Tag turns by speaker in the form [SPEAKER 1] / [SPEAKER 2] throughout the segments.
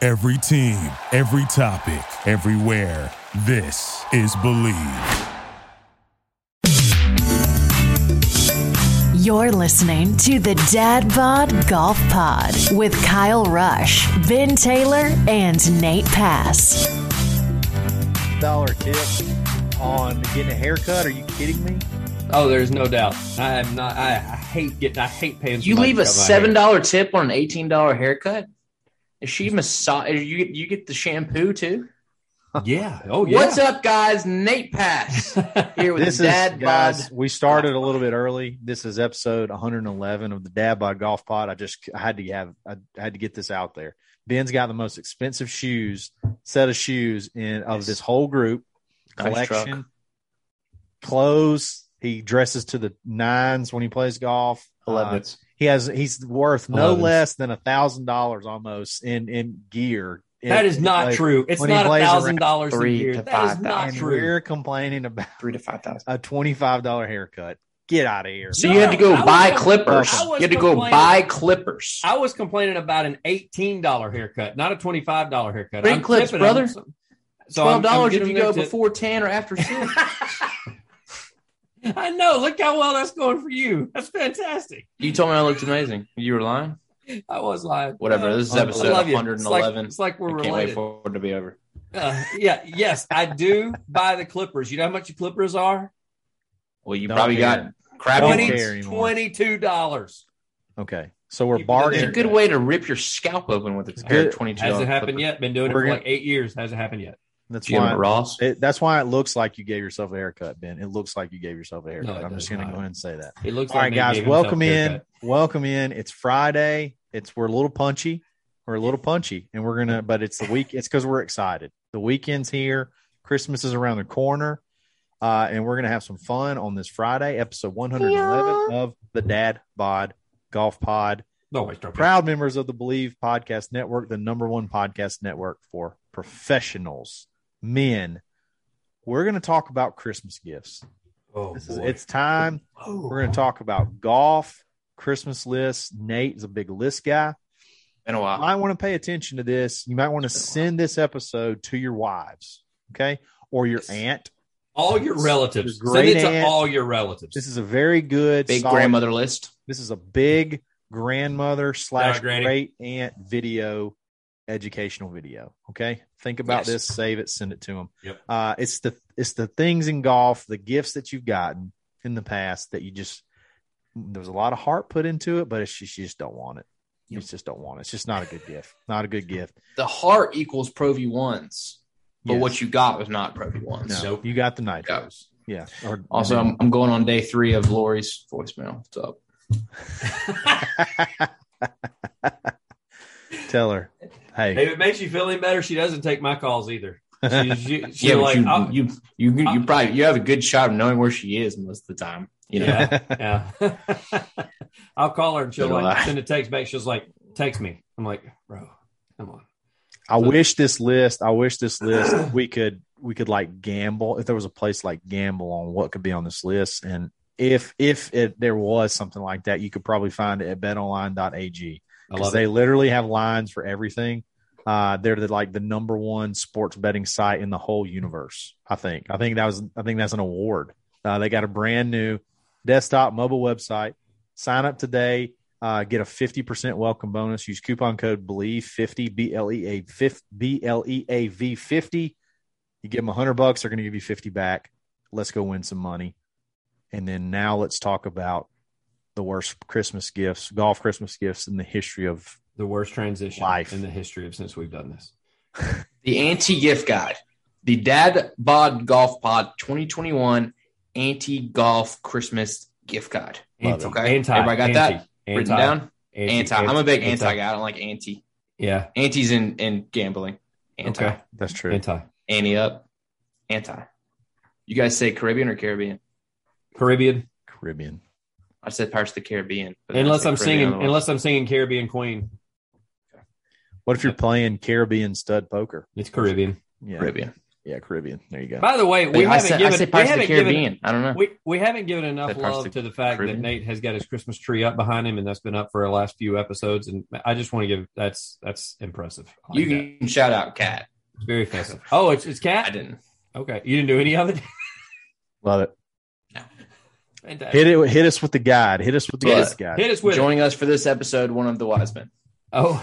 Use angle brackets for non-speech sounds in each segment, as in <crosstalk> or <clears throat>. [SPEAKER 1] Every team, every topic, everywhere. This is Believe.
[SPEAKER 2] You're listening to the Dad Bod Golf Pod with Kyle Rush, Ben Taylor, and Nate Pass.
[SPEAKER 3] dollar tip on getting a haircut. Are you kidding me?
[SPEAKER 4] Oh, there's no doubt. I am not. I, I hate getting. I hate paying.
[SPEAKER 5] You
[SPEAKER 4] somebody
[SPEAKER 5] leave
[SPEAKER 4] to
[SPEAKER 5] a
[SPEAKER 4] cut my
[SPEAKER 5] seven
[SPEAKER 4] hair.
[SPEAKER 5] dollar tip on an eighteen dollar haircut. Is she massage? You get- you get the shampoo too.
[SPEAKER 4] Yeah. Oh yeah.
[SPEAKER 5] What's up, guys? Nate Pass here with
[SPEAKER 3] This is
[SPEAKER 5] Dad Bod.
[SPEAKER 3] guys. We started a little bit early. This is episode 111 of the Dad Bod Golf Pod. I just I had to have I had to get this out there. Ben's got the most expensive shoes set of shoes in of this whole group
[SPEAKER 5] Nice
[SPEAKER 3] collection.
[SPEAKER 5] truck.
[SPEAKER 3] Clothes. He dresses to the nines when he plays golf.
[SPEAKER 4] I love
[SPEAKER 3] Uh,
[SPEAKER 4] it.
[SPEAKER 3] he has he's worth no
[SPEAKER 4] Elevens.
[SPEAKER 3] less than a thousand dollars almost in in gear.
[SPEAKER 4] <laughs> That is not
[SPEAKER 3] Like,
[SPEAKER 4] true. It's
[SPEAKER 3] when he
[SPEAKER 4] not a
[SPEAKER 3] plays around
[SPEAKER 4] thousand dollars a
[SPEAKER 5] three
[SPEAKER 4] year.
[SPEAKER 5] to
[SPEAKER 4] That is not
[SPEAKER 3] And
[SPEAKER 4] true.
[SPEAKER 3] we're complaining about
[SPEAKER 5] Three to five thousand.
[SPEAKER 3] a twenty-five dollar haircut. Get out of here.
[SPEAKER 5] So you had to go
[SPEAKER 4] No, I
[SPEAKER 5] buy
[SPEAKER 4] was-
[SPEAKER 5] clippers.
[SPEAKER 4] I
[SPEAKER 5] You
[SPEAKER 4] was
[SPEAKER 5] had to go
[SPEAKER 4] complaining.
[SPEAKER 5] buy clippers.
[SPEAKER 4] I was complaining about an eighteen dollar haircut, not a twenty five dollar haircut.
[SPEAKER 5] Bring clips,
[SPEAKER 4] clipping them.
[SPEAKER 5] brother.
[SPEAKER 4] So I'm- I'm
[SPEAKER 5] Twelve dollars if
[SPEAKER 4] giving
[SPEAKER 5] you
[SPEAKER 4] them
[SPEAKER 5] go
[SPEAKER 4] to-
[SPEAKER 5] before ten or after six.
[SPEAKER 4] <laughs> I know. Look how well that's going for you. That's fantastic.
[SPEAKER 5] <laughs> you told me I looked amazing. You were lying.
[SPEAKER 4] I was lying.
[SPEAKER 5] Whatever.
[SPEAKER 4] Uh,
[SPEAKER 5] This is
[SPEAKER 3] I
[SPEAKER 5] episode
[SPEAKER 4] love you.
[SPEAKER 5] 111.
[SPEAKER 4] It's like, it's like we're
[SPEAKER 5] I can't
[SPEAKER 4] related.
[SPEAKER 5] wait for it to be over.
[SPEAKER 4] Uh, yeah, yes, I do buy the Clippers. You know how much the Clippers are?
[SPEAKER 5] Well, you
[SPEAKER 3] Don't
[SPEAKER 5] probably
[SPEAKER 3] care.
[SPEAKER 5] got crappy.
[SPEAKER 3] Don't
[SPEAKER 5] ones.
[SPEAKER 3] care.
[SPEAKER 4] Twenty
[SPEAKER 3] anymore.
[SPEAKER 4] twenty-two dollars.
[SPEAKER 3] Okay, so we're
[SPEAKER 4] You can do
[SPEAKER 5] It's a
[SPEAKER 3] bargaining.
[SPEAKER 5] good way to rip your scalp open with a pair of twenty two.
[SPEAKER 4] Hasn't happened yet. Been doing it
[SPEAKER 3] We're
[SPEAKER 4] for
[SPEAKER 3] gonna-
[SPEAKER 4] like eight years. Hasn't happened yet.
[SPEAKER 3] That's
[SPEAKER 5] Jim
[SPEAKER 3] why.
[SPEAKER 5] Ross.
[SPEAKER 3] It, that's why it looks like you gave yourself a haircut, Ben. It looks like you gave yourself a haircut.
[SPEAKER 4] it
[SPEAKER 3] I'm just
[SPEAKER 4] does
[SPEAKER 3] going to
[SPEAKER 4] not.
[SPEAKER 3] go ahead and say that.
[SPEAKER 4] It looks
[SPEAKER 3] All
[SPEAKER 4] like
[SPEAKER 3] right,
[SPEAKER 4] they
[SPEAKER 3] guys,
[SPEAKER 4] gave himself
[SPEAKER 3] welcome
[SPEAKER 4] a
[SPEAKER 3] in.
[SPEAKER 4] haircut.
[SPEAKER 3] Welcome in. It's Friday. It's we're a little punchy. We're a little punchy, and we're gonna. But it's the week. It's because we're excited. The weekend's here. Christmas is around the corner, uh, and we're gonna have some fun on this Friday, episode 111 of the Dad Bod Golf Pod.
[SPEAKER 4] No, wait, don't
[SPEAKER 3] Proud members of the Believe Podcast Network, the number one podcast network for professionals, men. We're going to talk about Christmas gifts.
[SPEAKER 4] Oh,
[SPEAKER 3] This is,
[SPEAKER 4] boy.
[SPEAKER 3] it's time.
[SPEAKER 4] Oh.
[SPEAKER 3] We're going to talk about golf, Christmas lists. Nate is a big list guy.
[SPEAKER 5] Been a
[SPEAKER 3] You
[SPEAKER 5] while.
[SPEAKER 3] might want to pay attention to this. You might want to send this episode to your wives, okay, or your
[SPEAKER 5] Yes.
[SPEAKER 3] aunt.
[SPEAKER 4] all your relatives.
[SPEAKER 3] Your
[SPEAKER 4] Send it to
[SPEAKER 3] great-aunt.
[SPEAKER 4] all your relatives.
[SPEAKER 3] This is a very good
[SPEAKER 5] Big
[SPEAKER 3] solid-
[SPEAKER 5] grandmother list.
[SPEAKER 3] This is a big grandmother slash
[SPEAKER 4] granny.
[SPEAKER 3] great aunt video, educational video. Okay, think about
[SPEAKER 5] Yes.
[SPEAKER 3] this, save it, send it to them.
[SPEAKER 4] Yep.
[SPEAKER 3] Uh, it's the it's the things in golf, the gifts that you've gotten in the past that you just there was a lot of heart put into it, but it's just, you just don't want it. You
[SPEAKER 5] Yep.
[SPEAKER 3] just don't want it. It's just not a good gift. Not a good gift.
[SPEAKER 5] The heart equals Pro V ones, but
[SPEAKER 3] Yes.
[SPEAKER 5] what you got was not Pro V ones.
[SPEAKER 3] no,
[SPEAKER 4] Nope.
[SPEAKER 3] you got the nitros. Yeah. Or,
[SPEAKER 5] Also, I'm, I'm going on day three of Lori's voicemail. What's up?
[SPEAKER 3] tell her, hey,
[SPEAKER 4] If it makes you feel any better, she doesn't take my calls either.
[SPEAKER 3] <laughs>
[SPEAKER 4] She's, she, she's
[SPEAKER 5] yeah, but
[SPEAKER 4] like,
[SPEAKER 5] you,
[SPEAKER 4] "I'll-"
[SPEAKER 5] you you you
[SPEAKER 4] I'll-
[SPEAKER 5] probably you have a good shot of knowing where she is most of the time. You know,
[SPEAKER 4] Yeah. yeah. <laughs> I'll call her and she'll
[SPEAKER 5] Don't
[SPEAKER 4] like
[SPEAKER 5] lie.
[SPEAKER 4] send a text back. She's like, text me. I'm like, bro, come on.
[SPEAKER 3] I wish this list. I wish this list we could we could like gamble if there was a place like gamble on what could be on this list, and if if it, there was something like that, you could probably find it at betonline.ag
[SPEAKER 4] I
[SPEAKER 3] because
[SPEAKER 4] love
[SPEAKER 3] they
[SPEAKER 4] it.
[SPEAKER 3] literally have lines for everything. Uh, they're the, like the number one sports betting site in the whole universe. I think. I think that was. I think that's an award. Uh, they got a brand new desktop mobile website. Sign up today. Uh, get a fifty percent welcome bonus. Use coupon code Believe fifty B L E A B L E A V fifty. You give them hundred bucks. They're going to give you fifty back. Let's go win some money. And then now let's talk about the worst Christmas gifts, golf Christmas gifts in the history of
[SPEAKER 4] The worst transition
[SPEAKER 3] Life.
[SPEAKER 4] in the history of since we've done this.
[SPEAKER 5] the anti gift guide, the Dad Bod Golf Pod 2021 anti golf Christmas gift guide.
[SPEAKER 3] Love it.
[SPEAKER 4] Anti,
[SPEAKER 5] Okay.
[SPEAKER 4] anti,
[SPEAKER 5] Everybody got that?
[SPEAKER 4] anti,
[SPEAKER 5] Written down
[SPEAKER 4] Anti,
[SPEAKER 5] anti. I'm a big anti, guy. I don't like anti.
[SPEAKER 4] Yeah,
[SPEAKER 5] Anti's in in gambling. Anti.
[SPEAKER 4] Okay.
[SPEAKER 3] that's true.
[SPEAKER 4] anti.
[SPEAKER 5] Anti up. Anti. You guys say Caribbean or Caribbean?
[SPEAKER 4] Caribbean.
[SPEAKER 3] Caribbean.
[SPEAKER 5] I said Pirates of the Caribbean. but then I
[SPEAKER 4] Unless
[SPEAKER 5] said
[SPEAKER 4] I'm
[SPEAKER 5] Caribbean
[SPEAKER 4] singing,
[SPEAKER 5] otherwise.
[SPEAKER 4] unless I'm singing Caribbean Queen,
[SPEAKER 3] What if you're playing Caribbean stud poker?
[SPEAKER 4] it's Caribbean.
[SPEAKER 3] Yeah.
[SPEAKER 5] Caribbean.
[SPEAKER 3] Yeah, Caribbean. There you go.
[SPEAKER 4] By the way, we
[SPEAKER 5] I
[SPEAKER 4] haven't
[SPEAKER 5] said, I
[SPEAKER 4] given
[SPEAKER 5] said
[SPEAKER 4] we
[SPEAKER 5] Pirates of the
[SPEAKER 4] haven't given-
[SPEAKER 5] Caribbean. I don't know.
[SPEAKER 4] We, we haven't given enough
[SPEAKER 5] Said Pirates
[SPEAKER 4] love
[SPEAKER 5] of
[SPEAKER 4] to
[SPEAKER 5] the
[SPEAKER 4] the fact
[SPEAKER 5] Caribbean.
[SPEAKER 4] that Nate has got his Christmas tree up behind him, and that's been up for our last few episodes. And I just want to give that's that's impressive. I like
[SPEAKER 5] you
[SPEAKER 4] that.
[SPEAKER 5] can shout out Cat.
[SPEAKER 4] It's very festive. Oh, it's it's
[SPEAKER 5] I
[SPEAKER 4] cat.
[SPEAKER 5] didn't.
[SPEAKER 4] Okay, you didn't do any of it. <laughs>
[SPEAKER 3] Love it.
[SPEAKER 4] Fantastic.
[SPEAKER 3] Hit it. Hit us with the guide. Hit us with the
[SPEAKER 5] Hit
[SPEAKER 3] guide.
[SPEAKER 5] us-
[SPEAKER 4] Hit us with. it.
[SPEAKER 5] Joining us for this episode, one of the wise men.
[SPEAKER 4] Oh,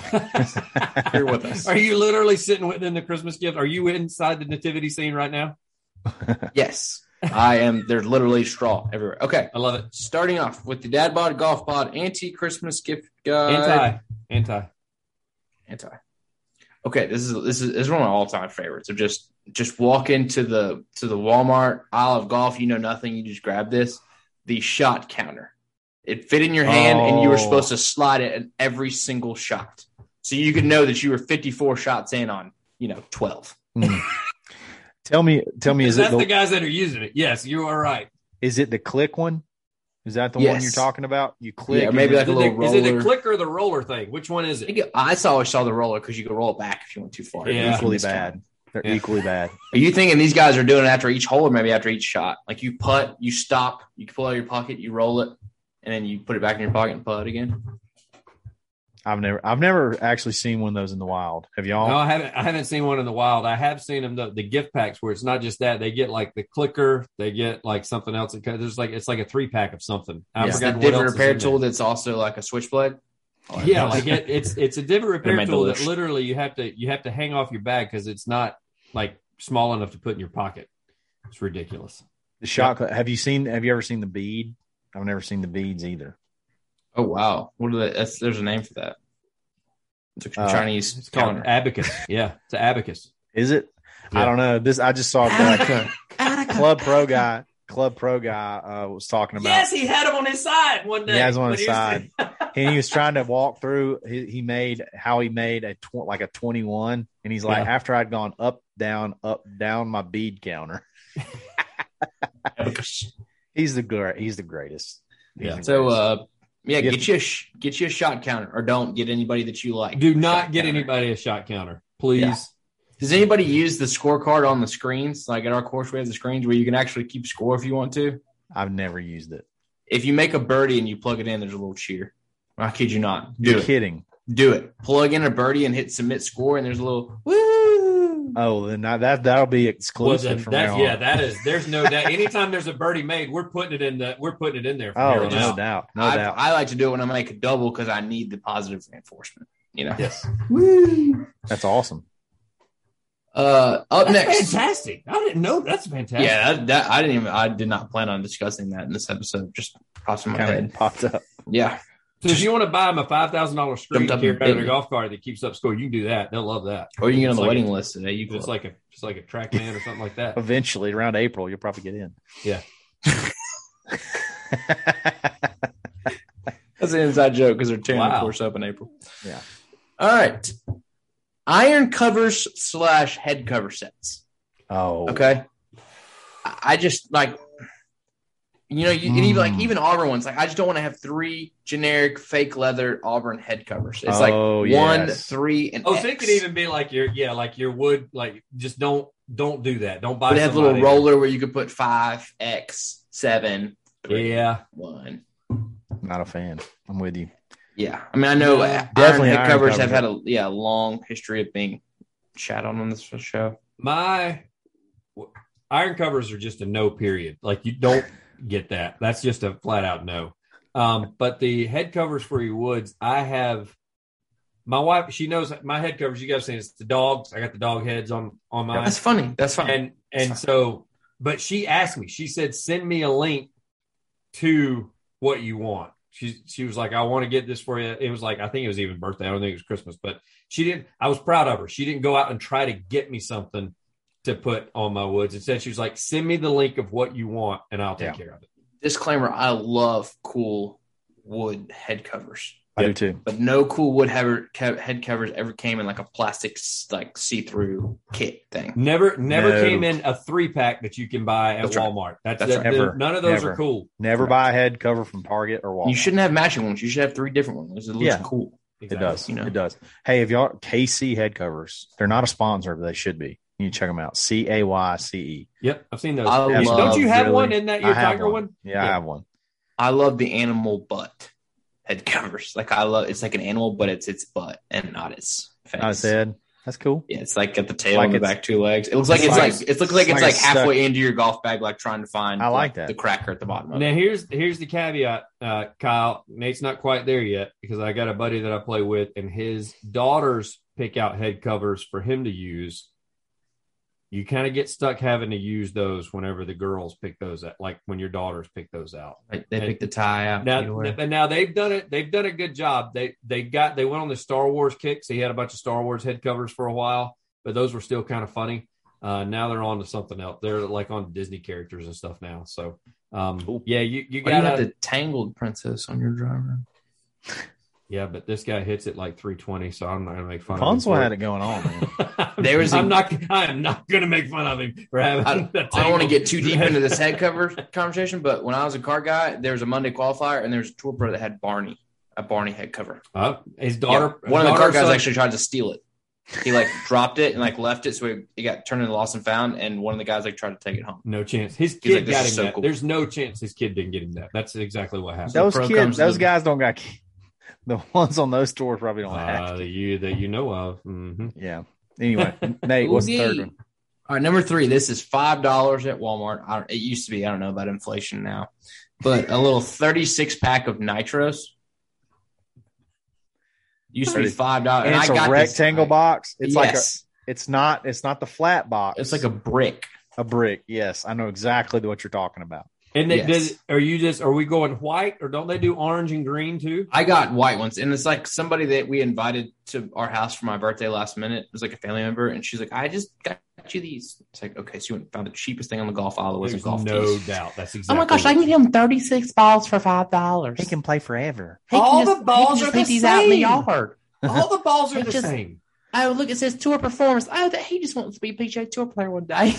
[SPEAKER 5] Here with us.
[SPEAKER 4] Are you literally sitting within the Christmas gift? Are you inside the nativity scene right now?
[SPEAKER 5] <laughs> Yes. I am. There's literally straw everywhere. Okay.
[SPEAKER 4] I love it.
[SPEAKER 5] Starting off with the dad bod, golf bod, anti Christmas gift guide.
[SPEAKER 4] Anti, anti.
[SPEAKER 5] Anti. Okay, this is this is, this is one of my all time favorites. So just just walk into the to the Walmart aisle of golf. You know nothing. You just grab this. The shot counter. It fit in your hand, and you were
[SPEAKER 3] Oh.
[SPEAKER 5] supposed to slide it at every single shot, so you could know that you were 54 shots in on you know 12.
[SPEAKER 3] Tell me. Tell me. Is
[SPEAKER 4] That's
[SPEAKER 3] it
[SPEAKER 4] the,
[SPEAKER 3] the,
[SPEAKER 4] guys that are using it. Yes, you are right.
[SPEAKER 3] is it the click one? Is that the one
[SPEAKER 5] Yes.
[SPEAKER 3] you're talking about? You click.
[SPEAKER 5] Yeah,
[SPEAKER 3] and
[SPEAKER 5] maybe
[SPEAKER 3] then-
[SPEAKER 5] like
[SPEAKER 4] Is it
[SPEAKER 5] a little
[SPEAKER 4] the- is it the
[SPEAKER 5] roller.
[SPEAKER 4] click or the roller thing? Which one is
[SPEAKER 5] I
[SPEAKER 4] it?
[SPEAKER 5] think I saw- always saw the roller because you could roll it back if you went too far.
[SPEAKER 4] Yeah.
[SPEAKER 3] They're equally
[SPEAKER 5] This time.
[SPEAKER 3] bad. They're
[SPEAKER 4] Yeah.
[SPEAKER 3] equally bad.
[SPEAKER 5] Are you thinking these guys are doing it after each hole or maybe after each shot? Like you putt, you stop, you pull out your pocket, you roll it, and then you put it back in your pocket and putt again.
[SPEAKER 3] I've never. I've never actually seen one of those in the wild. Have
[SPEAKER 5] Oh.
[SPEAKER 3] y'all?
[SPEAKER 4] No, I haven't. I haven't seen one in the wild. I have seen them the, the gift packs where it's not just that they get like the clicker, they get like something else. It co- There's like it's like a three pack of something. I
[SPEAKER 5] it's the
[SPEAKER 4] forgot what
[SPEAKER 5] divot
[SPEAKER 4] else
[SPEAKER 5] repair
[SPEAKER 4] is in Oh,
[SPEAKER 5] tool that's also like a switchblade. I
[SPEAKER 4] there.
[SPEAKER 5] like
[SPEAKER 4] Yeah,
[SPEAKER 5] that.
[SPEAKER 4] like it, it's it's a divot repair
[SPEAKER 5] made the
[SPEAKER 4] tool that
[SPEAKER 5] list.
[SPEAKER 4] literally you have to you have to hang off your bag because it's not like small enough to put in your pocket. It's ridiculous.
[SPEAKER 3] The shot. clock- Have you seen? Have you ever seen the bead? I've never seen the beads either.
[SPEAKER 5] oh wow, what are they? That's, there's a name for that. It's a
[SPEAKER 3] Uh,
[SPEAKER 5] Chinese
[SPEAKER 4] It's called
[SPEAKER 5] counter.
[SPEAKER 4] abacus. Yeah, it's an abacus.
[SPEAKER 3] Is it? I
[SPEAKER 4] Yeah.
[SPEAKER 3] don't know. This I just saw a
[SPEAKER 5] Attica.
[SPEAKER 3] club pro guy. Club pro guy uh, was talking about.
[SPEAKER 4] he had him on his side one
[SPEAKER 3] He has one on
[SPEAKER 4] when
[SPEAKER 3] his
[SPEAKER 4] was- <laughs>
[SPEAKER 3] side. and he was trying to walk through. He, he made how he made a tw- like a twenty one, and he's like,
[SPEAKER 4] Yeah.
[SPEAKER 3] after I'd gone up, down, up, down my bead counter. He's the great. He's the greatest. He's
[SPEAKER 4] Yeah.
[SPEAKER 3] the
[SPEAKER 5] So
[SPEAKER 3] greatest.
[SPEAKER 5] uh, yeah,
[SPEAKER 3] Yes.
[SPEAKER 5] get you a sh- get you a shot counter, or don't get anybody that you like.
[SPEAKER 4] Do not
[SPEAKER 5] Shot
[SPEAKER 4] get
[SPEAKER 5] counter.
[SPEAKER 4] anybody a shot counter, please.
[SPEAKER 5] Yeah. Does anybody use the scorecard on the screens? Like at our course, we have the screens where you can actually keep score if you want to.
[SPEAKER 3] I've never used it.
[SPEAKER 5] If you make a birdie and you plug it in, there's a little cheer. I kid you not. Do
[SPEAKER 3] You're
[SPEAKER 5] it.
[SPEAKER 3] kidding.
[SPEAKER 5] Do it. Plug in a birdie and hit submit score, and there's a little woo.
[SPEAKER 3] Oh, then I, that that'll be
[SPEAKER 4] Well,
[SPEAKER 3] exclusive
[SPEAKER 4] then
[SPEAKER 3] from now
[SPEAKER 4] that's,
[SPEAKER 3] on.
[SPEAKER 4] yeah, that is. There's no doubt. Anytime there's a birdie made, we're putting it in the. We're putting it in there. from here
[SPEAKER 3] oh,
[SPEAKER 4] on
[SPEAKER 3] no
[SPEAKER 4] out.
[SPEAKER 3] doubt, no
[SPEAKER 5] I,
[SPEAKER 3] doubt.
[SPEAKER 5] I like to do it when I make a double because I need the positive reinforcement. You know.
[SPEAKER 4] Yes.
[SPEAKER 3] That's awesome.
[SPEAKER 5] Uh, up
[SPEAKER 4] That's
[SPEAKER 5] next.
[SPEAKER 4] fantastic. I didn't know. That's fantastic.
[SPEAKER 5] Yeah, that, that I didn't even. I did not plan on discussing that in this episode. Just popped in my
[SPEAKER 3] Kind
[SPEAKER 5] head.
[SPEAKER 3] of popped up.
[SPEAKER 5] Yeah.
[SPEAKER 4] So if you want to buy them a five thousand dollars screen
[SPEAKER 5] Dumped up
[SPEAKER 4] carrier
[SPEAKER 5] and
[SPEAKER 4] out of
[SPEAKER 5] bitten.
[SPEAKER 4] a golf cart that keeps up score, you can do that. They'll love that.
[SPEAKER 5] Or you can get on
[SPEAKER 4] It's
[SPEAKER 5] the
[SPEAKER 4] like
[SPEAKER 5] waiting
[SPEAKER 4] a-
[SPEAKER 5] list today. You
[SPEAKER 4] It's like a it's like a track man or something like
[SPEAKER 5] <laughs>
[SPEAKER 4] that.
[SPEAKER 3] Eventually, around April, you'll probably get in.
[SPEAKER 4] Yeah.
[SPEAKER 5] That's an inside joke because they're tearing the
[SPEAKER 4] Wow.
[SPEAKER 5] course up in April.
[SPEAKER 3] Yeah.
[SPEAKER 5] All right. Iron covers slash head cover sets.
[SPEAKER 3] <laughs> oh,
[SPEAKER 5] Okay. I I just like, you know, you, and even like
[SPEAKER 3] Mm.
[SPEAKER 5] even Auburn ones. Like, I just don't want to have three generic fake leather Auburn head covers. It's
[SPEAKER 3] Oh,
[SPEAKER 5] like one,
[SPEAKER 3] yes.
[SPEAKER 5] three, and
[SPEAKER 4] Oh, so it
[SPEAKER 5] X.
[SPEAKER 4] could even be like your yeah, like your wood. Like just don't don't do that. Don't buy.
[SPEAKER 5] But it has a little
[SPEAKER 4] somebody-
[SPEAKER 5] roller where you could put five, X, seven, three,
[SPEAKER 4] Yeah.
[SPEAKER 5] one.
[SPEAKER 3] not a fan. I'm with you.
[SPEAKER 5] Yeah, I mean, I know
[SPEAKER 4] Yeah.
[SPEAKER 5] iron
[SPEAKER 3] Definitely
[SPEAKER 5] head
[SPEAKER 3] iron
[SPEAKER 5] covers
[SPEAKER 3] covers.
[SPEAKER 5] have had a yeah long history of being shat on on this show.
[SPEAKER 4] My w- iron covers are just a no period. Like you don't get that. That's just a flat out no. Um, but the head covers for your woods, I have my wife. She knows my head covers. You guys seen it's the dogs. I got the dog heads on on mine.
[SPEAKER 5] That's funny. That's fine.
[SPEAKER 4] and and so but she asked me she said send me a link to what you want she she was like i want to get this for you it was like i think it was even birthday i don't think it was christmas but she didn't i was proud of her she didn't go out and try to get me something to put on my woods instead she was like send me the link of what you want and i'll take
[SPEAKER 3] Yeah.
[SPEAKER 4] care of it
[SPEAKER 5] Disclaimer: I love cool wood head covers,
[SPEAKER 3] I do too.
[SPEAKER 5] but no cool wood header- co- head covers ever came in like a plastic like see through kit thing.
[SPEAKER 4] never never
[SPEAKER 3] No.
[SPEAKER 4] came in a three pack that you can buy at
[SPEAKER 5] That's right.
[SPEAKER 4] walmart that's,
[SPEAKER 5] That's
[SPEAKER 4] that-
[SPEAKER 3] right. Never.
[SPEAKER 4] none of those
[SPEAKER 3] Never.
[SPEAKER 4] are cool
[SPEAKER 3] Never buy a head cover from Target or Walmart.
[SPEAKER 5] You shouldn't have matching ones. You should have three different ones. It looks
[SPEAKER 3] Yeah.
[SPEAKER 5] cool.
[SPEAKER 3] It does.
[SPEAKER 5] You know.
[SPEAKER 3] It does. Hey, if y'all KC head covers, they're not a sponsor, but they should be. You can check them out. C A Y C E.
[SPEAKER 4] Yep, I've seen those.
[SPEAKER 5] I
[SPEAKER 4] Don't
[SPEAKER 5] love,
[SPEAKER 4] you have
[SPEAKER 3] really-
[SPEAKER 4] one? Isn't that your
[SPEAKER 3] I have
[SPEAKER 4] tiger one?
[SPEAKER 3] Yeah, I have one.
[SPEAKER 5] I love the animal butt head covers. Like I love it's like an animal, but it's its butt and not its face.
[SPEAKER 3] I said that's cool.
[SPEAKER 5] Yeah, it's like at the tail
[SPEAKER 3] Like
[SPEAKER 5] and the
[SPEAKER 3] it's-
[SPEAKER 5] back two legs. It looks like
[SPEAKER 3] it's
[SPEAKER 5] it's,
[SPEAKER 3] like-
[SPEAKER 5] like, it looks like
[SPEAKER 3] it's like
[SPEAKER 5] it's like,
[SPEAKER 3] a
[SPEAKER 5] halfway into your golf bag, like trying to find
[SPEAKER 3] I like that.
[SPEAKER 5] the cracker at the bottom of it.
[SPEAKER 4] Now here's here's the caveat, uh, Kyle. Nate's not quite there yet because I got a buddy that I play with, and his daughters pick out head covers for him to use. You kind of get stuck having to use those whenever the girls pick those out, like when your daughters pick those out.
[SPEAKER 5] Like, they pick the tie out.
[SPEAKER 4] Now,
[SPEAKER 5] you know, where-
[SPEAKER 4] and now they've done it. They've done a good job. They they got they went on the Star Wars kick. So he had a bunch of Star Wars head covers for a while, but those were still kind of funny. Uh, now they're on to something else. They're like on Disney characters and stuff now. So, um,
[SPEAKER 3] Cool.
[SPEAKER 4] yeah, you you
[SPEAKER 5] Why do you
[SPEAKER 4] got
[SPEAKER 5] have
[SPEAKER 4] to
[SPEAKER 5] the tangled princess on your driver?
[SPEAKER 4] yeah, but this guy hits it like 320, so I'm not gonna make fun
[SPEAKER 3] Ponsel had
[SPEAKER 4] of
[SPEAKER 3] it going on, man.
[SPEAKER 4] <laughs> him.
[SPEAKER 5] There was a-
[SPEAKER 4] I'm not I am not gonna make fun of him for having.
[SPEAKER 5] I-
[SPEAKER 4] <laughs> that
[SPEAKER 5] I don't want to
[SPEAKER 4] tangled-
[SPEAKER 5] get too deep into this <laughs> head cover conversation, but when I was a car guy, there was a Monday qualifier and there was a tour pro that had Barney, a Barney head cover.
[SPEAKER 4] Uh, his
[SPEAKER 5] Yeah.
[SPEAKER 4] daughter.
[SPEAKER 5] One of the car
[SPEAKER 4] daughter's
[SPEAKER 5] guys
[SPEAKER 4] son-
[SPEAKER 5] actually tried to steal it. He like <laughs> dropped it and like left it, so he- he got turned into lost and found. And one of the guys like tried to take it home.
[SPEAKER 4] No chance. His kid
[SPEAKER 5] like, "This
[SPEAKER 4] got him
[SPEAKER 5] is so
[SPEAKER 4] that.
[SPEAKER 5] cool."
[SPEAKER 4] There's no chance his kid didn't get him that. That's exactly what happened.
[SPEAKER 3] Those
[SPEAKER 5] pro
[SPEAKER 3] kids,
[SPEAKER 5] comes
[SPEAKER 3] those
[SPEAKER 5] to-
[SPEAKER 3] guys don't got ki- <laughs> the ones on those stores probably don't
[SPEAKER 4] uh,
[SPEAKER 3] have.
[SPEAKER 4] that
[SPEAKER 3] ki-
[SPEAKER 4] you that you know of. hmm
[SPEAKER 3] Yeah. Anyway, Nate, what's the third
[SPEAKER 5] Oogie.
[SPEAKER 3] one?
[SPEAKER 5] All right, number three. This is five dollars at Walmart. I, it used to be. I don't know about inflation now, but a little thirty-six pack of nitros used to be
[SPEAKER 3] Thirty-
[SPEAKER 5] five dollars.
[SPEAKER 3] And it's a rectangle box. It's like a,
[SPEAKER 5] yes,
[SPEAKER 3] it's not it's not the flat box.
[SPEAKER 5] it's like a brick.
[SPEAKER 3] a brick. Yes, I know exactly what you're talking about.
[SPEAKER 4] And they,
[SPEAKER 5] Yes.
[SPEAKER 4] does, are you just are we going white or don't they do orange and green too?
[SPEAKER 5] I got white ones, and it's like somebody that we invited to our house for my birthday last minute. It was like a family member, and she's like, "I just got you these." It's like, okay, so you went and found the cheapest thing on the golf aisle. It
[SPEAKER 4] There's
[SPEAKER 5] wasn't golf
[SPEAKER 4] no
[SPEAKER 5] tees.
[SPEAKER 4] doubt. That's
[SPEAKER 6] Oh
[SPEAKER 4] exactly.
[SPEAKER 6] my gosh, I can get him 36 balls for $5.
[SPEAKER 3] He can play forever.
[SPEAKER 6] He can
[SPEAKER 4] All
[SPEAKER 6] just-
[SPEAKER 4] the balls
[SPEAKER 6] he can
[SPEAKER 4] are
[SPEAKER 6] just leave
[SPEAKER 4] the
[SPEAKER 6] these out in the
[SPEAKER 4] same.
[SPEAKER 6] yard.
[SPEAKER 4] all the
[SPEAKER 3] <laughs>
[SPEAKER 4] balls are
[SPEAKER 6] It
[SPEAKER 4] the
[SPEAKER 6] just-
[SPEAKER 4] same. <laughs>
[SPEAKER 6] Oh, look, it says tour performance. Oh, that he just wants to be a PGA Tour player one day.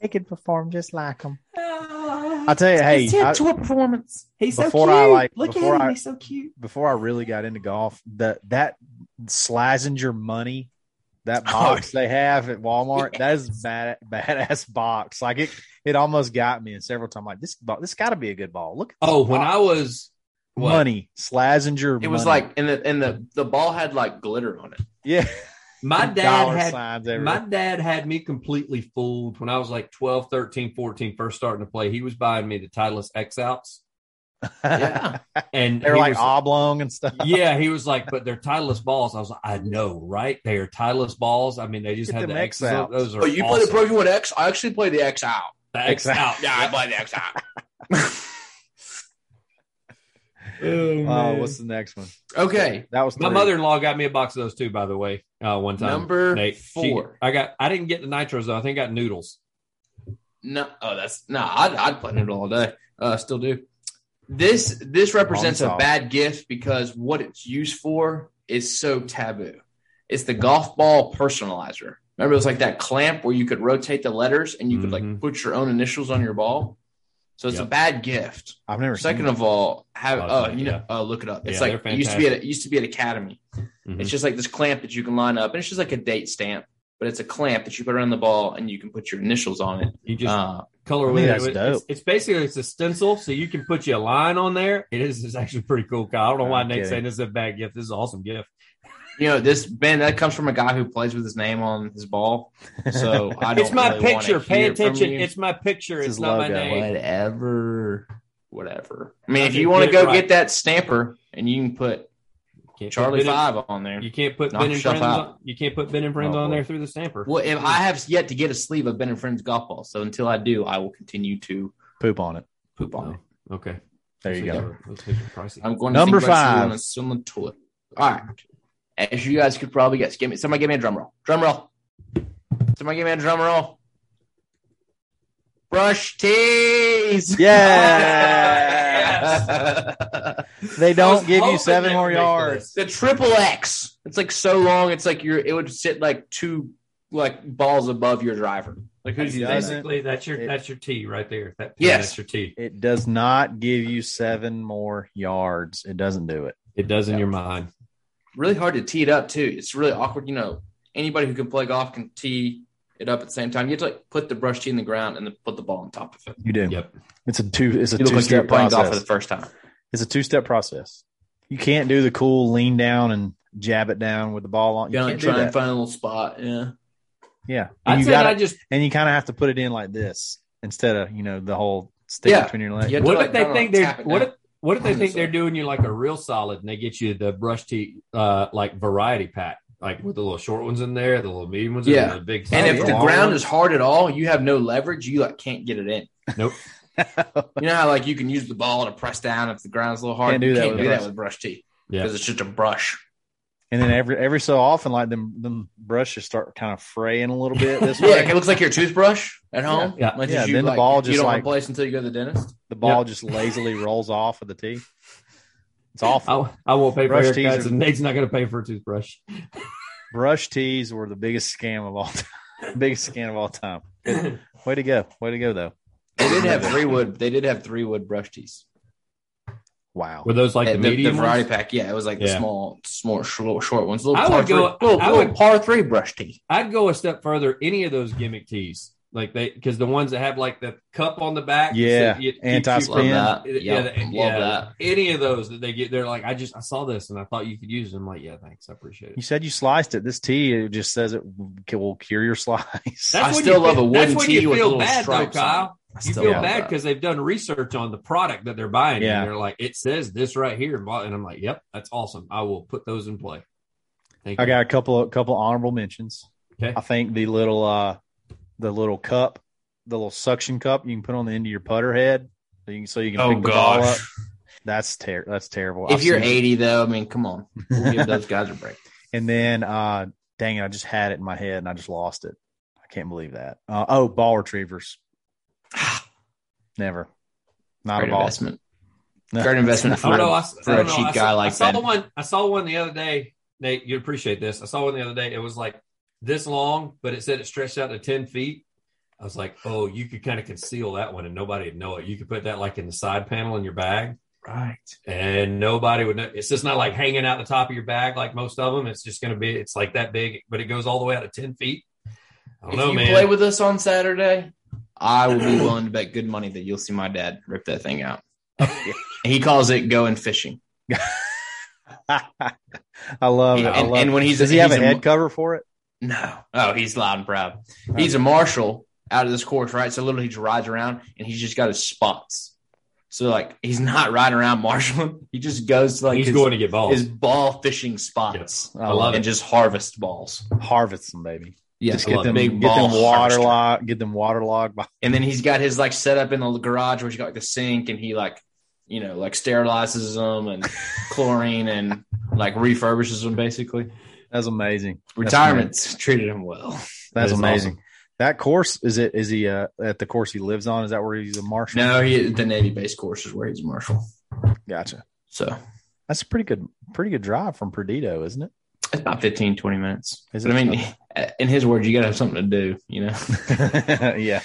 [SPEAKER 3] He can perform just like him. I tell you, hey,
[SPEAKER 6] it said
[SPEAKER 3] I-
[SPEAKER 6] <laughs> tour performance.
[SPEAKER 4] He's
[SPEAKER 3] before I like before I
[SPEAKER 4] so cute.
[SPEAKER 3] before I really got into golf, that that Slazenger money,
[SPEAKER 4] <laughs> Oh,
[SPEAKER 3] that box they have at Walmart, that is bad badass box. Like it, it almost got me. And several times, I'm like this, ball, this got to be a good ball. Look, at
[SPEAKER 4] Oh, when I was what?
[SPEAKER 3] money Slazenger.
[SPEAKER 5] It was
[SPEAKER 3] money.
[SPEAKER 5] like, and the and the the ball had like glitter on it.
[SPEAKER 3] yeah, <laughs>
[SPEAKER 4] my
[SPEAKER 3] dollar
[SPEAKER 4] dad had
[SPEAKER 3] signs
[SPEAKER 4] My
[SPEAKER 3] everywhere.
[SPEAKER 4] dad had me completely fooled when I was like 12, 13, 14, first starting to play. He was buying me the Titleist X outs. <laughs>
[SPEAKER 5] Yeah.
[SPEAKER 3] <laughs>
[SPEAKER 4] And
[SPEAKER 3] they were
[SPEAKER 4] he
[SPEAKER 3] like
[SPEAKER 4] was-
[SPEAKER 3] oblong and stuff.
[SPEAKER 4] yeah, he was like, but they're Titleist balls. I was like, I know, right? They are Titleist balls. I mean, they just
[SPEAKER 3] Get
[SPEAKER 4] had
[SPEAKER 3] them
[SPEAKER 4] the
[SPEAKER 3] X
[SPEAKER 4] X
[SPEAKER 3] outs.
[SPEAKER 4] out. Those are
[SPEAKER 5] But Oh, you play the
[SPEAKER 4] awesome.
[SPEAKER 5] Pro Tour X. I actually play the X out.
[SPEAKER 4] The X
[SPEAKER 3] X
[SPEAKER 4] out.
[SPEAKER 5] Yeah, I play the X out.
[SPEAKER 3] Oh, what's the next one?
[SPEAKER 5] Okay,
[SPEAKER 3] That was
[SPEAKER 4] My
[SPEAKER 3] three.
[SPEAKER 4] mother in law got me a box of those too, by the way, uh, one time.
[SPEAKER 5] number
[SPEAKER 4] Nate, she-
[SPEAKER 5] four.
[SPEAKER 4] I got. I didn't get the nitros though. I think I got noodles.
[SPEAKER 5] No, oh, that's no. I'd, I'd play noodle all day. Uh, still do. This this represents
[SPEAKER 3] Problem
[SPEAKER 5] a
[SPEAKER 3] solved.
[SPEAKER 5] bad gift because what it's used for is so taboo. It's the golf ball personalizer. Remember, it was like that clamp where you could rotate the letters and you could
[SPEAKER 4] Mhm.
[SPEAKER 5] like put your own initials on your ball. So it's
[SPEAKER 4] Yep.
[SPEAKER 5] a bad gift.
[SPEAKER 3] I've never
[SPEAKER 5] Second
[SPEAKER 3] seen
[SPEAKER 5] of all, have
[SPEAKER 4] Oh,
[SPEAKER 5] oh,
[SPEAKER 4] yeah.
[SPEAKER 5] you know, oh, look it up. It's
[SPEAKER 4] Yeah,
[SPEAKER 5] like
[SPEAKER 4] they're
[SPEAKER 5] it used to be at it used to be at Academy.
[SPEAKER 4] Mhm.
[SPEAKER 5] It's just like this clamp that you can line up, and it's just like a date stamp, but it's a clamp that you put around the ball and you can put your initials on it.
[SPEAKER 4] You just
[SPEAKER 5] Uh,
[SPEAKER 4] color
[SPEAKER 3] Oh, I
[SPEAKER 4] with
[SPEAKER 3] think
[SPEAKER 4] it.
[SPEAKER 3] that's
[SPEAKER 4] It's-
[SPEAKER 3] dope.
[SPEAKER 4] It's, basically it's a stencil, so you can put your line on there. It is. It's actually pretty cool. Kyle. I don't know why
[SPEAKER 3] I'm
[SPEAKER 4] Nate's
[SPEAKER 3] kidding.
[SPEAKER 4] saying this is a bad gift. This is an awesome gift.
[SPEAKER 5] you know, this Ben that comes from a guy who plays with his name on his ball. So I
[SPEAKER 4] <laughs>
[SPEAKER 5] don't
[SPEAKER 4] It's my
[SPEAKER 5] really wanna
[SPEAKER 4] picture. Pay
[SPEAKER 5] hear it from
[SPEAKER 4] attention.
[SPEAKER 5] you.
[SPEAKER 4] It's my picture.
[SPEAKER 3] It's
[SPEAKER 4] It's,
[SPEAKER 3] his
[SPEAKER 4] not my
[SPEAKER 3] logo.
[SPEAKER 4] name.
[SPEAKER 5] whatever, whatever. I mean,
[SPEAKER 4] I
[SPEAKER 5] if
[SPEAKER 4] think
[SPEAKER 5] you want
[SPEAKER 4] get
[SPEAKER 5] to
[SPEAKER 4] it
[SPEAKER 5] go
[SPEAKER 4] right.
[SPEAKER 5] get that stamper and you can put
[SPEAKER 4] Can't put
[SPEAKER 5] Charlie
[SPEAKER 4] Ben and-
[SPEAKER 5] Five on there.
[SPEAKER 4] You can't put
[SPEAKER 5] Knock
[SPEAKER 4] Ben and
[SPEAKER 5] yourself
[SPEAKER 4] friends.
[SPEAKER 5] out.
[SPEAKER 4] On, you can't put Ben and friends
[SPEAKER 3] Oh,
[SPEAKER 4] on
[SPEAKER 3] boy.
[SPEAKER 4] there through the stamper.
[SPEAKER 5] Well, if I have yet to get a sleeve of Ben and Friends golf ball, so until I do, I will continue to
[SPEAKER 3] poop on it.
[SPEAKER 5] poop on
[SPEAKER 4] No.
[SPEAKER 5] it.
[SPEAKER 4] Okay.
[SPEAKER 3] There you
[SPEAKER 4] Let's
[SPEAKER 3] go.
[SPEAKER 4] make it- let's make it pricey.
[SPEAKER 5] I'm going to
[SPEAKER 3] Number
[SPEAKER 5] think about you
[SPEAKER 3] five.
[SPEAKER 5] on a similar toilet. All right. As you guys could probably guess, give me somebody give me a drum roll. Drum roll. Somebody give me a drum roll. Brush tees.
[SPEAKER 3] Yeah. They
[SPEAKER 4] I was
[SPEAKER 3] don't give you
[SPEAKER 5] Oh,
[SPEAKER 4] hoping
[SPEAKER 3] seven
[SPEAKER 4] they
[SPEAKER 3] more
[SPEAKER 4] would make the
[SPEAKER 3] yards.
[SPEAKER 4] list.
[SPEAKER 5] <laughs> the triple X. It's like so long. It's like you're. It would sit like two like balls above your driver. Like who's you
[SPEAKER 3] doesn't-
[SPEAKER 5] think?
[SPEAKER 4] Basically, that's your
[SPEAKER 3] It-
[SPEAKER 4] that's your T right there. That
[SPEAKER 5] Yes.
[SPEAKER 4] that's your T.
[SPEAKER 3] It does not give you seven more yards. It doesn't do it.
[SPEAKER 4] It does in your mind.
[SPEAKER 5] really hard to tee it up too. It's really awkward. You know, anybody who can play golf can tee it up at the same time. You have to like put the brush tee in the ground and then put the ball on top of it.
[SPEAKER 3] You do.
[SPEAKER 4] Yep.
[SPEAKER 3] It's a two. It's a
[SPEAKER 5] You look
[SPEAKER 3] two
[SPEAKER 5] like you're
[SPEAKER 3] step
[SPEAKER 5] playing golf for
[SPEAKER 3] process.
[SPEAKER 5] the first time.
[SPEAKER 3] it's a two step process. You can't do the cool lean down and jab it down with the ball on. You
[SPEAKER 5] You gotta like,
[SPEAKER 3] can't do
[SPEAKER 5] try and
[SPEAKER 3] that.
[SPEAKER 5] find a little spot. Yeah.
[SPEAKER 3] Yeah, and
[SPEAKER 4] I
[SPEAKER 3] you
[SPEAKER 4] think
[SPEAKER 3] got
[SPEAKER 4] I
[SPEAKER 3] to
[SPEAKER 4] just
[SPEAKER 3] and you kind of have to put it in like this instead of you know the whole stick
[SPEAKER 5] Yeah.
[SPEAKER 3] between your legs.
[SPEAKER 5] You have to,
[SPEAKER 4] what
[SPEAKER 5] like,
[SPEAKER 4] if they
[SPEAKER 5] kinda,
[SPEAKER 4] think
[SPEAKER 5] like,
[SPEAKER 4] they're
[SPEAKER 5] tap it
[SPEAKER 4] what
[SPEAKER 5] down.
[SPEAKER 4] if what if they
[SPEAKER 5] On this
[SPEAKER 4] think they're
[SPEAKER 5] side.
[SPEAKER 4] doing you like a real solid and they get you the brush tee uh like variety pack like with the little short ones in there the little medium ones
[SPEAKER 5] Oh, Yeah.
[SPEAKER 4] and the big
[SPEAKER 5] And
[SPEAKER 4] size
[SPEAKER 5] if
[SPEAKER 4] ones.
[SPEAKER 5] the
[SPEAKER 3] yeah.
[SPEAKER 5] ground is hard at all, you have no leverage. You like can't get it in.
[SPEAKER 4] Nope.
[SPEAKER 5] <laughs> You know how like you can use the ball to press down if the ground's a little hard.
[SPEAKER 3] Can't do
[SPEAKER 5] you
[SPEAKER 3] that
[SPEAKER 5] can't
[SPEAKER 3] with
[SPEAKER 5] do
[SPEAKER 3] brush.
[SPEAKER 5] that with brush tee
[SPEAKER 4] Yeah.
[SPEAKER 5] because it's just a brush.
[SPEAKER 3] and then every every so often, like them them brushes start kind of fraying a little bit this
[SPEAKER 5] <laughs> Yeah,
[SPEAKER 3] way.
[SPEAKER 5] like, it looks like your toothbrush at home.
[SPEAKER 4] Yeah.
[SPEAKER 5] Like,
[SPEAKER 3] Yeah,
[SPEAKER 5] just you,
[SPEAKER 3] then the
[SPEAKER 5] like,
[SPEAKER 3] ball
[SPEAKER 5] you
[SPEAKER 3] just,
[SPEAKER 5] don't
[SPEAKER 3] like-
[SPEAKER 5] replace until you go to the dentist.
[SPEAKER 3] The ball just lazily rolls off of the tee. It's
[SPEAKER 5] Oh.
[SPEAKER 3] awful.
[SPEAKER 4] I, I won't pay for
[SPEAKER 3] Brush tees
[SPEAKER 4] haircuts
[SPEAKER 3] are-
[SPEAKER 4] and Nate's not going to pay for a toothbrush
[SPEAKER 3] Brush tees were the biggest scam of all time. <laughs> biggest scam of all
[SPEAKER 5] <clears throat>
[SPEAKER 3] time. Good. Way to go. Way to go though.
[SPEAKER 5] They did have three wood. They did have three wood brush tees.
[SPEAKER 3] Wow.
[SPEAKER 4] were those like the,
[SPEAKER 5] And the, the
[SPEAKER 4] medium ones?
[SPEAKER 5] variety pack. Yeah, it was like the
[SPEAKER 4] Yeah.
[SPEAKER 5] small, small, short, short ones. Little
[SPEAKER 4] I
[SPEAKER 5] par
[SPEAKER 4] would go-
[SPEAKER 5] Three, little,
[SPEAKER 4] I
[SPEAKER 5] little
[SPEAKER 4] would-
[SPEAKER 5] par three brush tee.
[SPEAKER 4] I'd go a step further. Any of those gimmick tees, like they, because the ones that have like the cup on the back,
[SPEAKER 3] Yeah.
[SPEAKER 4] so it keeps you-
[SPEAKER 3] Anti-spin.
[SPEAKER 5] Love that.
[SPEAKER 4] Yeah,
[SPEAKER 5] Yeah,
[SPEAKER 4] the-
[SPEAKER 5] love
[SPEAKER 4] yeah.
[SPEAKER 5] that.
[SPEAKER 4] Any of those that they get, they're like, I just I saw this and I thought you could use them. I'm like, yeah, thanks, I appreciate
[SPEAKER 3] You
[SPEAKER 4] it.
[SPEAKER 3] said you sliced it. This tea it just says it will cure your <laughs> slice.
[SPEAKER 5] I
[SPEAKER 4] when
[SPEAKER 5] still
[SPEAKER 4] you
[SPEAKER 5] love
[SPEAKER 4] feel-
[SPEAKER 5] a
[SPEAKER 4] That's
[SPEAKER 5] wooden
[SPEAKER 4] when
[SPEAKER 5] tee
[SPEAKER 4] you
[SPEAKER 5] with
[SPEAKER 4] feel
[SPEAKER 5] little
[SPEAKER 4] bad though,
[SPEAKER 5] stripes on it.
[SPEAKER 4] Kyle.
[SPEAKER 5] I
[SPEAKER 4] You
[SPEAKER 5] still
[SPEAKER 4] feel
[SPEAKER 5] love
[SPEAKER 4] bad
[SPEAKER 5] that.
[SPEAKER 4] because they've done research on the product that they're buying.
[SPEAKER 3] Yeah.
[SPEAKER 4] And they're like, it says this right here, and I'm like, yep, that's awesome. I will put those in play. Thank
[SPEAKER 3] I
[SPEAKER 4] you.
[SPEAKER 3] got a couple of couple honorable mentions.
[SPEAKER 4] Okay.
[SPEAKER 3] I think the little uh the little cup, the little suction cup you can put on the end of your putter head so you can, so you can
[SPEAKER 5] Oh,
[SPEAKER 3] pick the ball
[SPEAKER 5] gosh.
[SPEAKER 3] up. That's ter- that's terrible.
[SPEAKER 5] If
[SPEAKER 3] I've
[SPEAKER 5] you're
[SPEAKER 3] seen it.
[SPEAKER 5] 80, though, I mean, come on.
[SPEAKER 3] <laughs>
[SPEAKER 4] <laughs>
[SPEAKER 5] We'll give those guys a break.
[SPEAKER 3] And then, uh, dang it, I just had it in my head and I just lost it. I can't believe that. Uh, oh, ball retrievers. Never. Not
[SPEAKER 5] Great
[SPEAKER 3] a ball.
[SPEAKER 5] investment.
[SPEAKER 3] No.
[SPEAKER 5] Great investment
[SPEAKER 4] I
[SPEAKER 5] for,
[SPEAKER 4] don't know. I,
[SPEAKER 5] for
[SPEAKER 4] I
[SPEAKER 5] a
[SPEAKER 4] don't know.
[SPEAKER 5] cheap
[SPEAKER 4] I
[SPEAKER 5] guy
[SPEAKER 4] saw,
[SPEAKER 5] like
[SPEAKER 4] I saw
[SPEAKER 5] that.
[SPEAKER 4] one. I saw one the other day. Nate, you'd appreciate this. I saw one the other day. It was like this long, but it said it stretched out to ten feet. I was like, oh, you could kind of conceal that one, and nobody would know it. You could put that like in the side panel in your bag,
[SPEAKER 5] Right.
[SPEAKER 4] and nobody would know. It's just not like hanging out the top of your bag like most of them. It's just going to be. It's like that big, but it goes all the way out to ten feet. I don't
[SPEAKER 5] If
[SPEAKER 4] know,
[SPEAKER 5] you
[SPEAKER 4] man.
[SPEAKER 5] play with us on Saturday, I will <clears throat> be willing to bet good money that you'll see my dad rip that thing
[SPEAKER 3] <laughs>
[SPEAKER 5] out. he calls it going fishing.
[SPEAKER 3] <laughs> I love it. I
[SPEAKER 5] and,
[SPEAKER 3] love
[SPEAKER 5] and
[SPEAKER 3] it.
[SPEAKER 5] when he's
[SPEAKER 3] Does he have
[SPEAKER 5] he's
[SPEAKER 3] a head cover for it?
[SPEAKER 5] No. Oh, he's loud and proud. He's a marshal out of this course, right? So literally he just rides around and he's just got his spots. So like he's not riding around marshaling. <laughs> He just goes to like
[SPEAKER 4] He's
[SPEAKER 5] his,
[SPEAKER 4] going to get balls.
[SPEAKER 5] his ball fishing spots
[SPEAKER 3] I
[SPEAKER 4] love
[SPEAKER 5] and just harvest balls.
[SPEAKER 3] Oh, Harvest them, baby.
[SPEAKER 5] Yeah,
[SPEAKER 3] Just get them,
[SPEAKER 5] big
[SPEAKER 3] get
[SPEAKER 5] ball
[SPEAKER 3] them
[SPEAKER 5] harvester.
[SPEAKER 3] waterlogged. Get them waterlogged. By, <laughs>
[SPEAKER 5] And then he's got his like setup in the garage where he's got like the sink and he like, you know, like sterilizes
[SPEAKER 3] <laughs>
[SPEAKER 5] them and chlorine and like refurbishes them basically.
[SPEAKER 3] that's amazing.
[SPEAKER 5] Retirement's treated him well.
[SPEAKER 3] That's
[SPEAKER 4] That is
[SPEAKER 3] amazing. That course is it? Is he uh, at the course he lives on? Is that where he's a marshal?
[SPEAKER 5] No, he the Navy base course is where he's a marshal.
[SPEAKER 3] Gotcha.
[SPEAKER 5] So
[SPEAKER 3] That's a pretty good, pretty good drive from Perdido, isn't it?
[SPEAKER 5] it's about 15, 20 minutes.
[SPEAKER 3] Is
[SPEAKER 5] But I
[SPEAKER 3] it?
[SPEAKER 5] mean, <laughs> in his words, you got to have something to do, you know?
[SPEAKER 3] <laughs> yeah,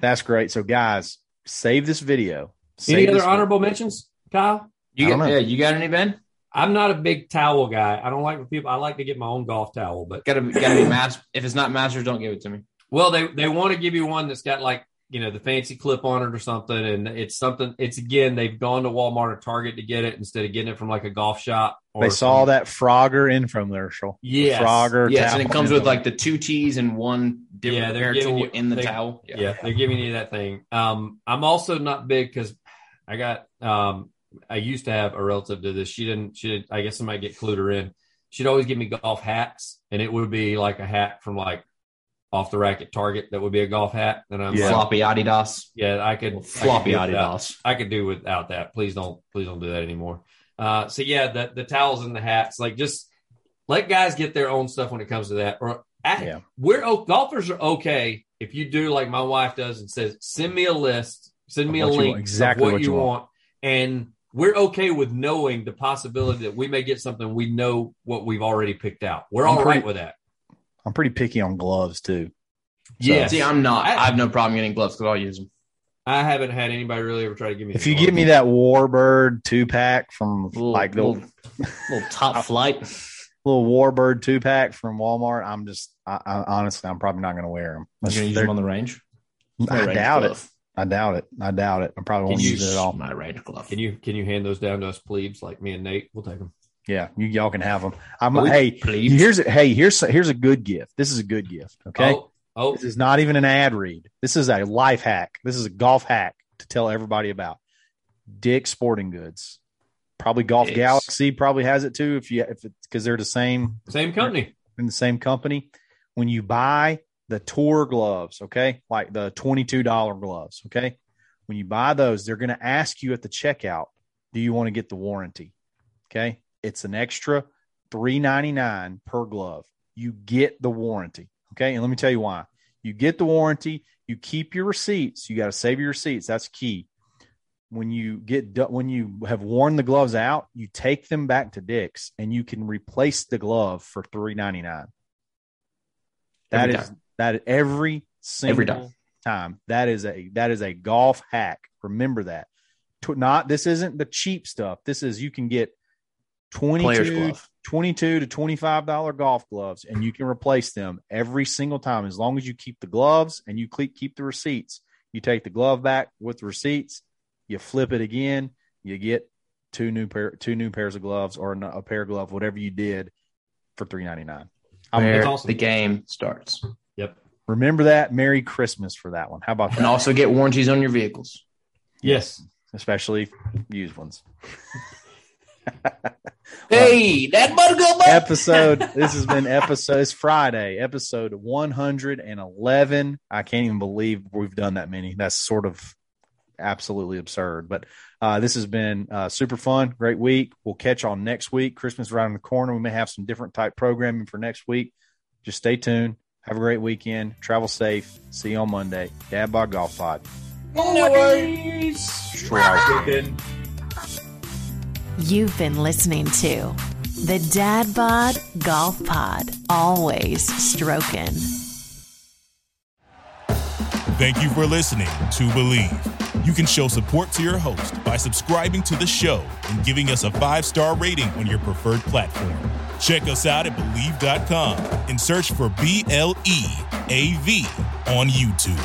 [SPEAKER 3] that's great. So, guys, save this video. Save
[SPEAKER 4] Any other
[SPEAKER 3] this vi-
[SPEAKER 4] honorable mentions, Kyle?
[SPEAKER 5] You
[SPEAKER 3] I don't
[SPEAKER 5] got,
[SPEAKER 3] know.
[SPEAKER 5] yeah, you got any, Ben?
[SPEAKER 4] I'm not a big towel guy. I don't like when people. I like to get my own golf towel, but
[SPEAKER 5] Got to got to be master. If it's not masters, don't give it to me.
[SPEAKER 4] well, they they want to give you one that's got like you know the fancy clip on it or something, and it's something. It's again they've gone to Walmart or Target to get it instead of getting it from like a golf shop. Or
[SPEAKER 3] They saw that Frogger infomercial.
[SPEAKER 4] Yes.
[SPEAKER 3] Frogger.
[SPEAKER 5] Yes,
[SPEAKER 3] towel
[SPEAKER 5] and it comes with
[SPEAKER 3] infomercial.
[SPEAKER 5] like the two tees and one different
[SPEAKER 4] Yeah, they're
[SPEAKER 5] repair
[SPEAKER 4] giving
[SPEAKER 5] tool
[SPEAKER 4] you-
[SPEAKER 5] in the
[SPEAKER 4] they-
[SPEAKER 5] towel.
[SPEAKER 4] Yeah. they're giving you that thing. Um, I'm also not big because I got um I used to have a relative to this. She didn't. She didn't, I guess I might get clued her in. She'd always give me golf hats, and it would be like a hat from like off the rack at Target that would be a golf hat. And I'm like,
[SPEAKER 5] Floppy Adidas.
[SPEAKER 4] Yeah, I could I could
[SPEAKER 5] floppy
[SPEAKER 4] do without-
[SPEAKER 5] Adidas.
[SPEAKER 4] I could do without that. Please don't, please don't do that anymore. Uh, so yeah, the the towels and the hats, like just let guys get their own stuff when it comes to that. Or I,
[SPEAKER 3] Yeah.
[SPEAKER 4] we're oh, golfers are okay if you do like my wife does and says, send me a list, send
[SPEAKER 3] Of
[SPEAKER 4] me a
[SPEAKER 3] what you
[SPEAKER 4] link
[SPEAKER 3] want, exactly
[SPEAKER 4] of what,
[SPEAKER 3] what
[SPEAKER 4] you
[SPEAKER 3] you
[SPEAKER 4] want. and we're okay with knowing the possibility that we may get something we know what we've already picked out. We're
[SPEAKER 3] I'm
[SPEAKER 4] all right
[SPEAKER 3] pretty-
[SPEAKER 4] with that.
[SPEAKER 3] I'm pretty picky on gloves too.
[SPEAKER 4] Yes.
[SPEAKER 5] See, I'm not. I,
[SPEAKER 4] I-
[SPEAKER 5] have no problem getting gloves because I'll use them.
[SPEAKER 4] I haven't had anybody really ever try to give me.
[SPEAKER 3] If
[SPEAKER 4] the
[SPEAKER 3] you
[SPEAKER 4] card.
[SPEAKER 3] give me that Warbird two pack from
[SPEAKER 5] Little,
[SPEAKER 3] like the
[SPEAKER 5] little, little
[SPEAKER 3] <laughs>
[SPEAKER 5] top flight.
[SPEAKER 3] little Warbird two pack from Walmart, I'm just I, I, honestly I'm probably not going to wear
[SPEAKER 5] You're gonna
[SPEAKER 3] them.
[SPEAKER 5] use them on the range. My
[SPEAKER 3] I
[SPEAKER 5] range
[SPEAKER 3] doubt it.
[SPEAKER 5] glove.
[SPEAKER 3] I doubt it. I doubt it. I probably
[SPEAKER 5] Can
[SPEAKER 3] won't
[SPEAKER 5] you
[SPEAKER 3] use it at all.
[SPEAKER 5] My range glove.
[SPEAKER 4] can you can you hand those down to us plebes like me and Nate? We'll take them.
[SPEAKER 3] Yeah, you y'all can have them. I'm
[SPEAKER 5] Are we-
[SPEAKER 3] hey,
[SPEAKER 5] please?
[SPEAKER 3] here's a, hey here's here's a good gift. This is a good gift. Okay,
[SPEAKER 4] Oh, oh,
[SPEAKER 3] this is not even an ad read. This is a life hack. This is a golf hack to tell everybody about. Dick Sporting Goods, probably Golf
[SPEAKER 5] Dick's.
[SPEAKER 3] Galaxy probably has it too. If you if it's because they're the same
[SPEAKER 4] same company.
[SPEAKER 3] in the same company. When you buy the tour gloves, okay, like the $22 gloves, okay, when you buy those, they're going to ask you at the checkout, do you want to get the warranty? Okay. It's an extra $3.99 per glove. You get the warranty. Okay. And let me tell you why. You get the warranty, you keep your receipts. You got to save your receipts. That's key. When you get do- when you have worn the gloves out, you take them back to Dick's and you can replace the glove for three ninety nine. That
[SPEAKER 5] Every
[SPEAKER 3] is
[SPEAKER 5] time.
[SPEAKER 3] that every single
[SPEAKER 5] Every
[SPEAKER 3] time. That is a that is a golf hack. Remember that. Tw- not this isn't the cheap stuff. This is you can get
[SPEAKER 5] player's
[SPEAKER 3] 22
[SPEAKER 5] glove.
[SPEAKER 3] 22 to 25 dollar golf gloves and you can replace them every single time as long as you keep the gloves and you keep keep the receipts you take the glove back with the receipts you flip it again you get two new pair two new pairs of gloves or an- a pair of glove whatever you did for 3.99 I'm-
[SPEAKER 5] Where
[SPEAKER 4] awesome.
[SPEAKER 5] the game starts,
[SPEAKER 4] Yep.
[SPEAKER 3] remember that merry christmas for that one how about
[SPEAKER 5] and
[SPEAKER 3] that
[SPEAKER 5] also get warranties on your vehicles.
[SPEAKER 4] Yes.
[SPEAKER 3] especially used
[SPEAKER 5] <laughs>
[SPEAKER 3] ones
[SPEAKER 5] Hey, that buttercup.
[SPEAKER 3] episode. This has been episode. It's Friday, episode 111. I can't even believe we've done that many. That's sort of absolutely absurd. But uh, this has been uh, super fun. Great week. We'll catch y'all next week. Christmas right in the corner. We may have some different type programming for next week. Just stay tuned. Have a great weekend. Travel safe. See you on Monday. Dad Bod Golf Pod.
[SPEAKER 4] Chicken.
[SPEAKER 2] You've been listening to the Dad Bod Golf Pod, always stroking.
[SPEAKER 1] Thank you for listening to Believe. You can show support to your host by subscribing to the show and giving us a five star rating on your preferred platform. Check us out at Believe.com and search for B L E A V on YouTube.